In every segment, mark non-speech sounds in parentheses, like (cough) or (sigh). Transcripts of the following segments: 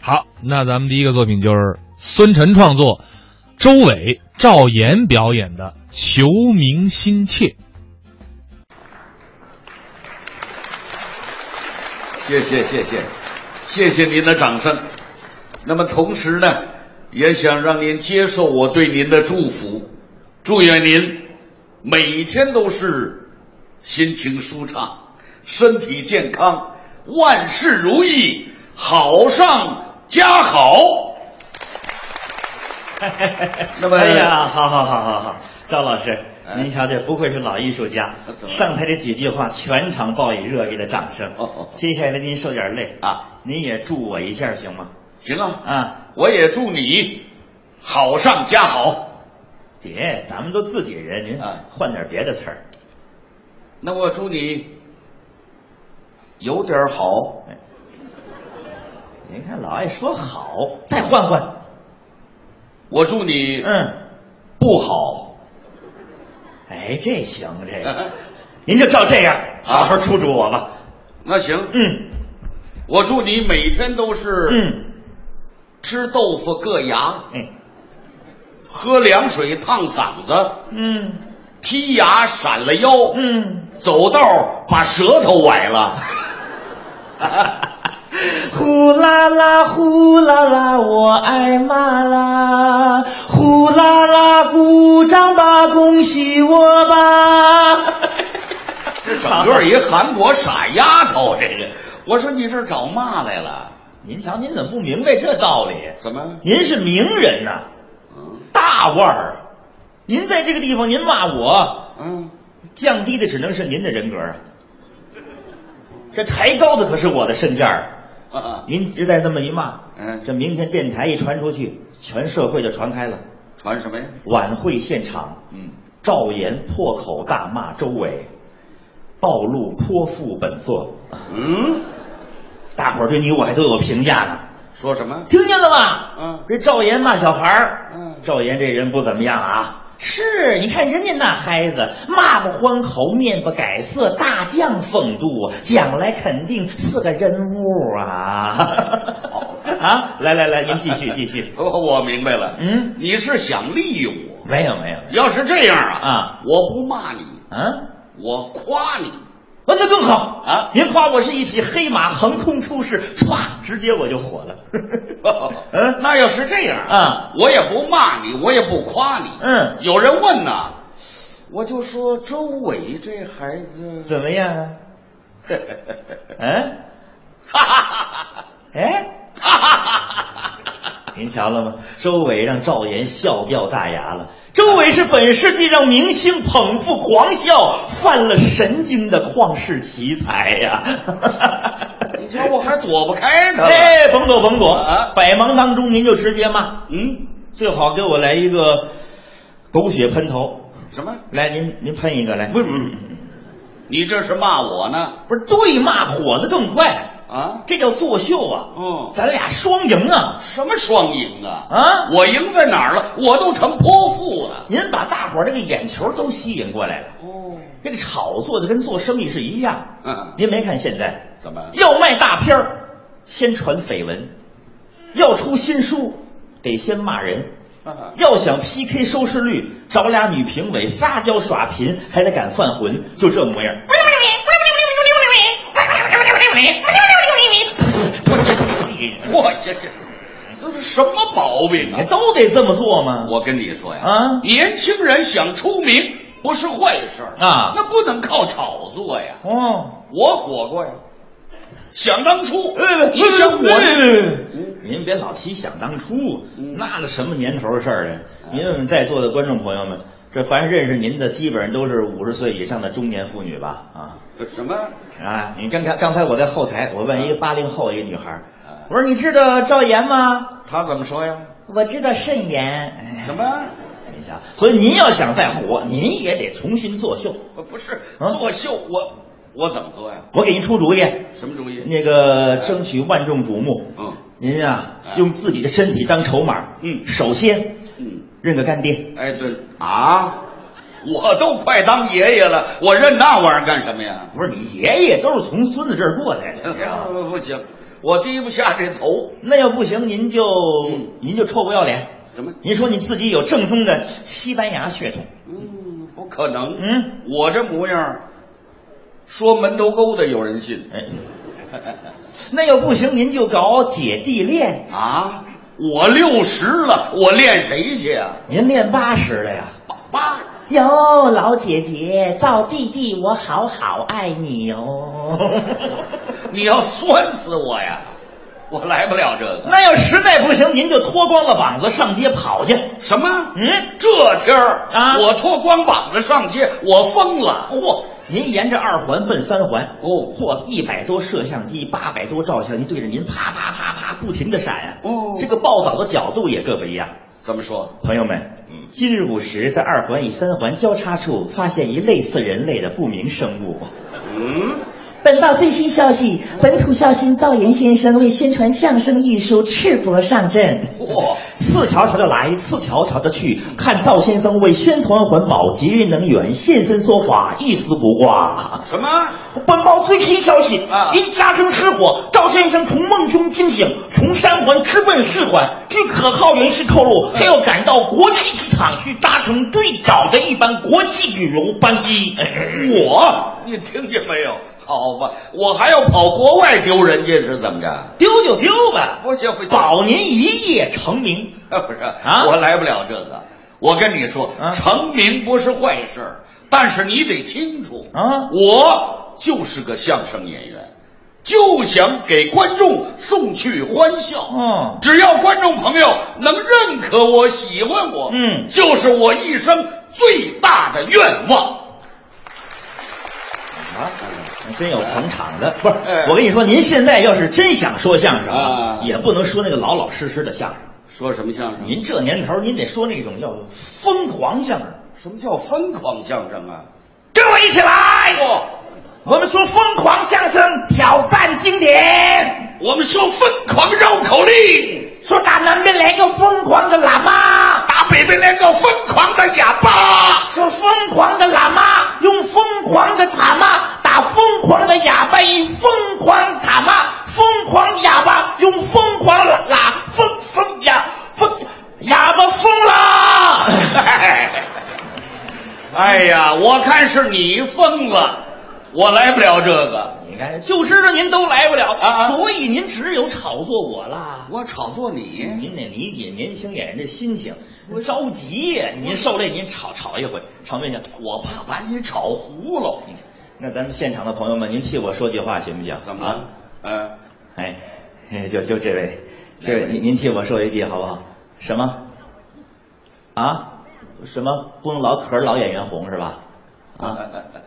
好，那咱们第一个作品就是孙晨创作，周伟、赵岩表演的《求名心切》。谢谢谢谢，谢谢您的掌声。那么同时呢，也想让您接受我对您的祝福，祝愿您每天都是心情舒畅，身体健康，万事如意，好上加好。 (laughs) 那么哎呀，好好好好好，赵老师，哎您瞧瞧，不愧是老艺术家啊，怎么上台这几句话全场报以热烈的掌声。哦哦接下来您受点累啊，您也助我一下行吗？行啊，啊，我也祝你好上加好。姐，咱们都自己人，您啊换点别的词儿。那我祝你有点儿好。您看老爱说好，再换换。我祝你嗯，不好。哎，这行这啊个，您就照这样，好好出主我吧。那行，嗯我祝你每天都是嗯吃豆腐硌牙，哎喝凉水烫嗓子，嗯踢牙闪了腰，嗯，走道把舌头崴 (laughs) 了。呼啦啦呼啦啦，我爱麻辣。呼啦啦，鼓掌吧，恭喜我吧！这 (laughs) 整个一韩国傻丫头，这个，我说你这儿找嘛来了？ (laughs) 您瞧，您怎么不明白这道理？怎么？您是名人呐、嗯大腕儿。您在这个地方，您骂我，嗯，降低的只能是您的人格啊。这抬高的可是我的身价儿。啊，您直带这么一骂，嗯这明天电台一传出去，全社会就传开了。传什么呀？晚会现场，嗯，赵岩破口大骂周伟，暴露泼妇本色。嗯，大伙儿对你我还都有评价呢，说什么？听见了吧？嗯这赵岩骂小孩儿，嗯赵岩这人不怎么样啊。是，你看人家那孩子，骂不欢口，面不改色，大将风度，将来肯定是个人物啊！ (laughs) 啊，来来来，您继续继续。我哦我明白了，嗯你是想利用我。没有没有，要是这样啊，啊我不骂你，啊。我夸你。啊，那更好啊您夸我是一匹黑马，横空出世，歘，直接我就火 (laughs) 了。嗯那要是这样啊，我也不骂你，我也不夸你。嗯有人问呐，我就说周伟这孩子， (laughs) 怎么样啊？嗯，哈哈哎，哈哈哈！您瞧了吗？周伟让赵岩笑掉大牙了。周伟是本世纪让明星捧腹狂笑、犯了神经的旷世奇才呀、你瞧我还躲不开他了。 (laughs) 哎，甭躲甭躲啊百忙当中您就直接骂，嗯，最好给我来一个狗血喷头。什么？来，您您喷一个来。不是，你这是骂我呢？不是对骂火的更快，啊？这叫作秀啊！嗯咱俩双赢啊！什么双赢啊？啊我赢在哪儿了？我都成泼妇了。您把大伙儿这个眼球都吸引过来了，哦，这个炒作的跟做生意是一样。嗯您没看现在怎么？ (laughs) 要卖大片儿，先传绯闻；要出新书，得先骂人。啊要想 PK 收视率，找俩女评委撒娇耍贫，还得敢犯浑，就这模样。 (laughs) 我这这这是什么毛病啊？都得这么做吗？我跟你说呀，啊年轻人想出名不是坏事儿啊那不能靠炒作呀。哦，我火过呀，想当初，哎你你想想我我？呃您别老提想当初，嗯那都什么年头的事儿啊！您问问在座的观众朋友们，这凡认识您的，基本上都是五十岁以上的中年妇女吧？啊呃什么？啊！你刚才刚才我在后台，我问一个八零后一个女孩儿啊，我说你知道赵岩吗？他怎么说呀？我知道慎言。什么？你想，所以您要想再火，您也得重新作秀。我呃不是啊作秀，我我怎么做呀？我给您出主意，什么主意？那个争取万众瞩目。嗯您啊哎，用自己的身体当筹码。嗯首先，嗯，认个干爹。哎，对啊，我都快当爷爷了，我认那玩意儿干什么呀？不是你爷爷都是从孙子这儿过来的，你知道吗哎不不行，我低不下这头。哎那要不行，您就、嗯您就臭不要脸。怎么？您说你自己有正宗的西班牙血统，嗯，不可能。嗯，我这模样，说门头沟的有人 (laughs) 信哎，那要不行，您就搞姐弟恋，啊。我六十了，我练谁去啊？您练八十了呀。八八哟，老姐姐，造弟弟，我好好爱你哦哟。你要酸死我呀！我来不了这个。那要实在不行，您就脱光了膀子上街跑去。什么？嗯，这天儿啊我脱光膀子上街，我疯了。嚯，您沿着二环奔三环，哦嚯，一百多摄像机，八百多照相机对着您啪啪啪啪不停的闪啊。哦这个报道的角度也各不一样。怎么说？朋友们，嗯今日午时，在二环与三环交叉处发现一类似人类的不明生物。嗯，本报最新消息：本土孝心赵岩先生为宣传相声艺术赤膊上阵。嚯，四条条的来，四条条的去，看赵先生为宣传环保、节约能源现身说法，一丝不挂。什么？本报最新消息啊因家中失火，赵先生从梦中惊醒，从三环直奔四环。据可靠人士透嗯露，他要赶到国际机场去搭乘最早的一班国际旅游班机。哎我，你听见没有？好吧，我还要跑国外丢人家是怎么着？丢就丢吧，不行不行，保您一夜成名。 (laughs) 不是啊我来不了这个。我跟你说，啊成名不是坏事儿，但是你得清楚啊我就是个相声演员，就想给观众送去欢笑。嗯只要观众朋友能认可我、喜欢我，嗯就是我一生最大的愿望。啊，真有捧场的，不是哎？我跟你说，您现在要是真想说相声啊也不能说那个老老实实的相声。说什么相声？您这年头儿，您得说那种叫疯狂相声。什么叫疯狂相声啊？哦跟我一起来，我们说疯狂相声，挑战经典，我们说疯狂绕口令，说打南边来个疯狂的喇嘛，打北边来个疯狂的哑巴。说疯狂的喇嘛用疯狂的塔嘛打疯狂的哑巴，以疯狂塔嘛，疯狂哑巴用疯狂喇喇疯疯哑疯哑巴疯啦。 (laughs) (laughs) 哎呀，我看是你疯了，我来不了这个。你看，哎就知道您都来不了，啊啊所以您只有炒作我啦。我炒作你，您得理解年轻演员的心情，着急呀！您受累，您炒炒一回，炒没行？我怕把你炒糊了。那咱们现场的朋友们，您替我说句话行不行？怎么了？嗯、哎，哎，就就这位，这哪位位您您替我说一句好不好？什么？啊？什么？不能老可着老演员红是吧？啊？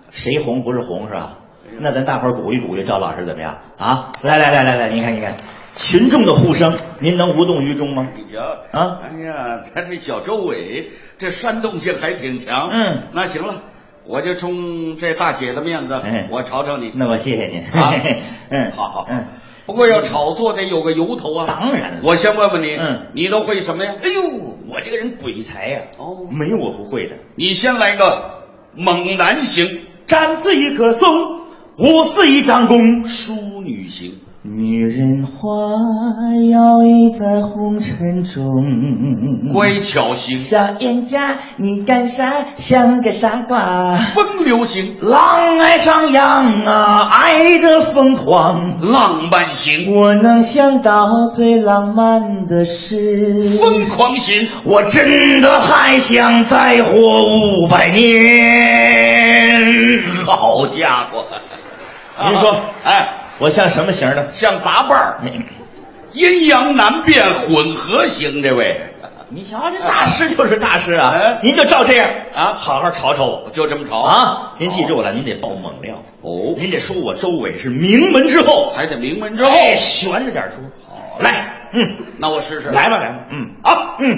谁红不是红是吧？哎那咱大伙儿鼓励鼓励赵老师怎么样？啊？来来来来来，您看您看，群众的呼声，您能无动于衷吗？你瞧啊哎呀，他这小周伟这煽动性还挺强。嗯那行了，我就冲这大姐的面子，哎我炒炒你。那我谢谢您。啊 (laughs) 嗯，好好，嗯，不过要炒作得有个由头啊。当然了我先问问你，嗯你都会什么呀？哎呦，我这个人鬼才呀、哦没有我不会的。你先来个猛男型、展翅一棵松，我是一张弓。淑女型，女人花摇曳在红尘中，乖巧型、小冤家，你干啥像个傻瓜？风流型、狼爱上羊啊，爱的疯狂。浪漫型、我能想到最浪漫的事，疯狂型。我真的还想再活五百年。好家伙！您说哎，我像什么型的？像杂伴儿。阴阳难辨混合型，这位你瞧，这大师就是大师啊哎！您就照这样啊好好嘲嘲我就这么吵啊！您记住了，您得爆猛料，哦，您得说我周伟是名门之后，还得名门之后。哎悬着点说。好来，嗯，那我试试，来吧，来吧，嗯啊，嗯，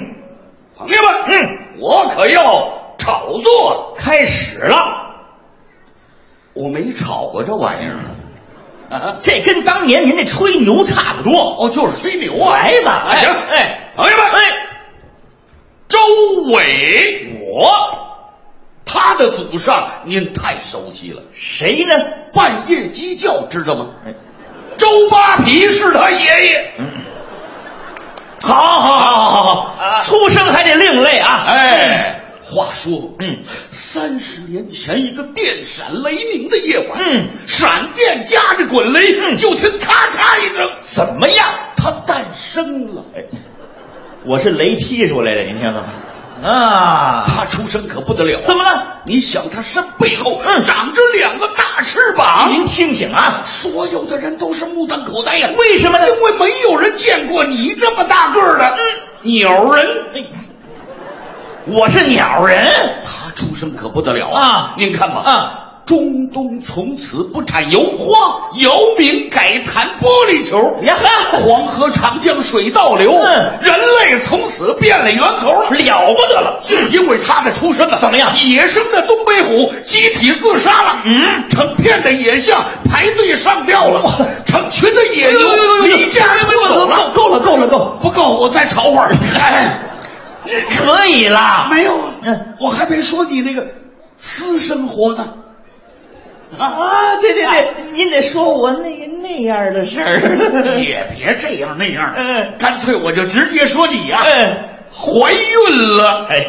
朋友们，嗯，我可要炒作了，开始了。我没炒过这玩意儿啊，这跟当年您那吹牛差不多。哦，就是吹牛啊，来吧，哎行，哎，朋友们，哎，周伟，我他的祖上您太熟悉了，谁呢？半夜鸡叫知道吗？哎嗯周周扒皮是他爷爷。好，好，好，好，好，啊好，出生还得另类啊！哎，话说，嗯三十年前一个电闪雷鸣的夜晚，嗯闪电夹着滚雷，嗯，就听咔嚓一声，怎么样？它诞生了。哎，我是雷劈出来的，您听到吗？啊，它出生可不得了啊，怎么了？你想，它身背后嗯长着两个大翅膀，您听听啊，所有的人都是目瞪口呆呀、为什么呢？嗯因为没有人见过你这么大个儿的，嗯鸟人。哎我是鸟人他出生可不得了啊您看吧，啊！中东从此不产油，嚯！姚明改弹玻璃球，呀呵黄河、长江水倒流，嗯人类从此变了源头，了不得了就因为他的出生啊，怎么样野生的东北虎集体自杀了，嗯成片的野象排队上吊了，成群的哎野牛离家出走了。够了，够了，够了，不够，我再炒会儿。哎，可以啦。没有啊，嗯我还没说你那个私生活呢。啊，对对对，您得说我那个那样的事儿。 (laughs) 也别这样那样的，嗯干脆我就直接说你呀、嗯，怀孕了。哎，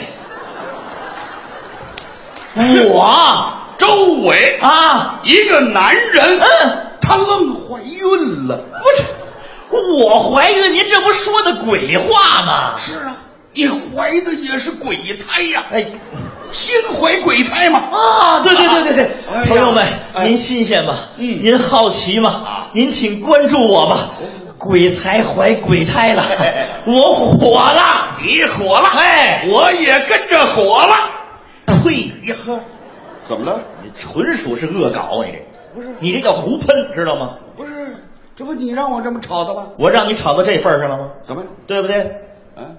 我周伟，啊，一个男人，嗯，他愣怀孕了。不是，我怀孕，您这不说的鬼话吗？是啊，你怀的也是鬼胎呀、哎，心怀鬼胎嘛。啊，对对对对对，哎呀朋友们，哎您新鲜吗？嗯您好奇吗？啊您请关注我吧。鬼才怀鬼 (laughs) 胎了，我火了，你火了，哎我也跟着火了。呸！呀呵，怎么了？你纯属是恶搞，你这不是你这叫胡喷，知道吗？不是，这不你让我这么吵的吗？我让你吵到这份儿上了吗？怎么？对不对？啊？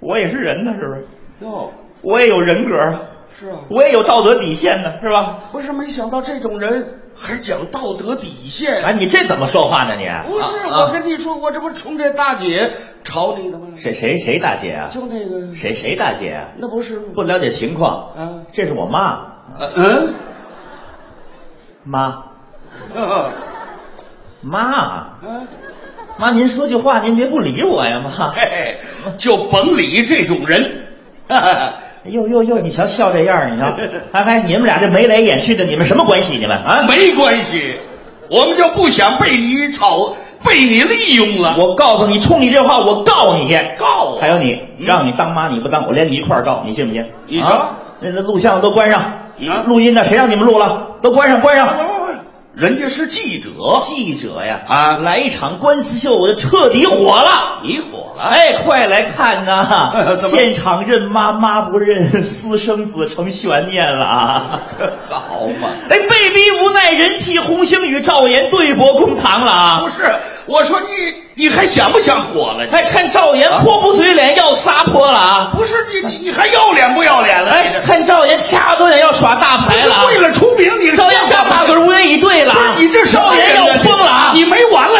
我也是人呢，是不是？哟，我也有人格啊，是啊我也有道德底线呢，是吧？不是没想到这种人还讲道德底线啊，你这怎么说话呢你？不是，啊我跟你说，我这不冲这大姐吵你的吗？谁谁谁大姐啊？就那个，谁谁大姐啊？那不是吗不了解情况，嗯这是我妈，呃嗯 (laughs) 妈，啊妈，啊，妈，您说句话，您别不理我呀，妈。 (laughs) 嘿嘿，就甭理这种人。 (laughs) 呦呦呦，你瞧笑这样儿，你瞧，哎哎，你们俩这眉来眼去的，你们什么关系？你们啊？没关系，我们就不想被你吵，被你利用了。我告诉你，冲你这话，我告你去，告我还有你，嗯让你当妈你不当，我连你一块儿告，你信不信？你啊告，那那录像都关上啊，录音的谁让你们录了？都关上，关上。人家是记者，记者呀，啊来一场官司秀，我就彻底火了。你火了。哎，快来看呐！ (laughs) 怎么现场认妈，妈不认，私生子成悬念了啊！ (laughs) 好嘛哎，被逼无奈，人气红星与赵岩对簿公堂了啊！不是，我说你，你还想不想火了？哎，看赵岩泼妇嘴脸要撒泼了啊！不是你，你你还要脸不要脸了？你哎，这看赵岩掐着多点要耍大牌了啊！是为了出名，你赵岩干嘛嘛可是无言以对了啊！不是你这什么赵岩人要啊疯了啊！你没完了啊啊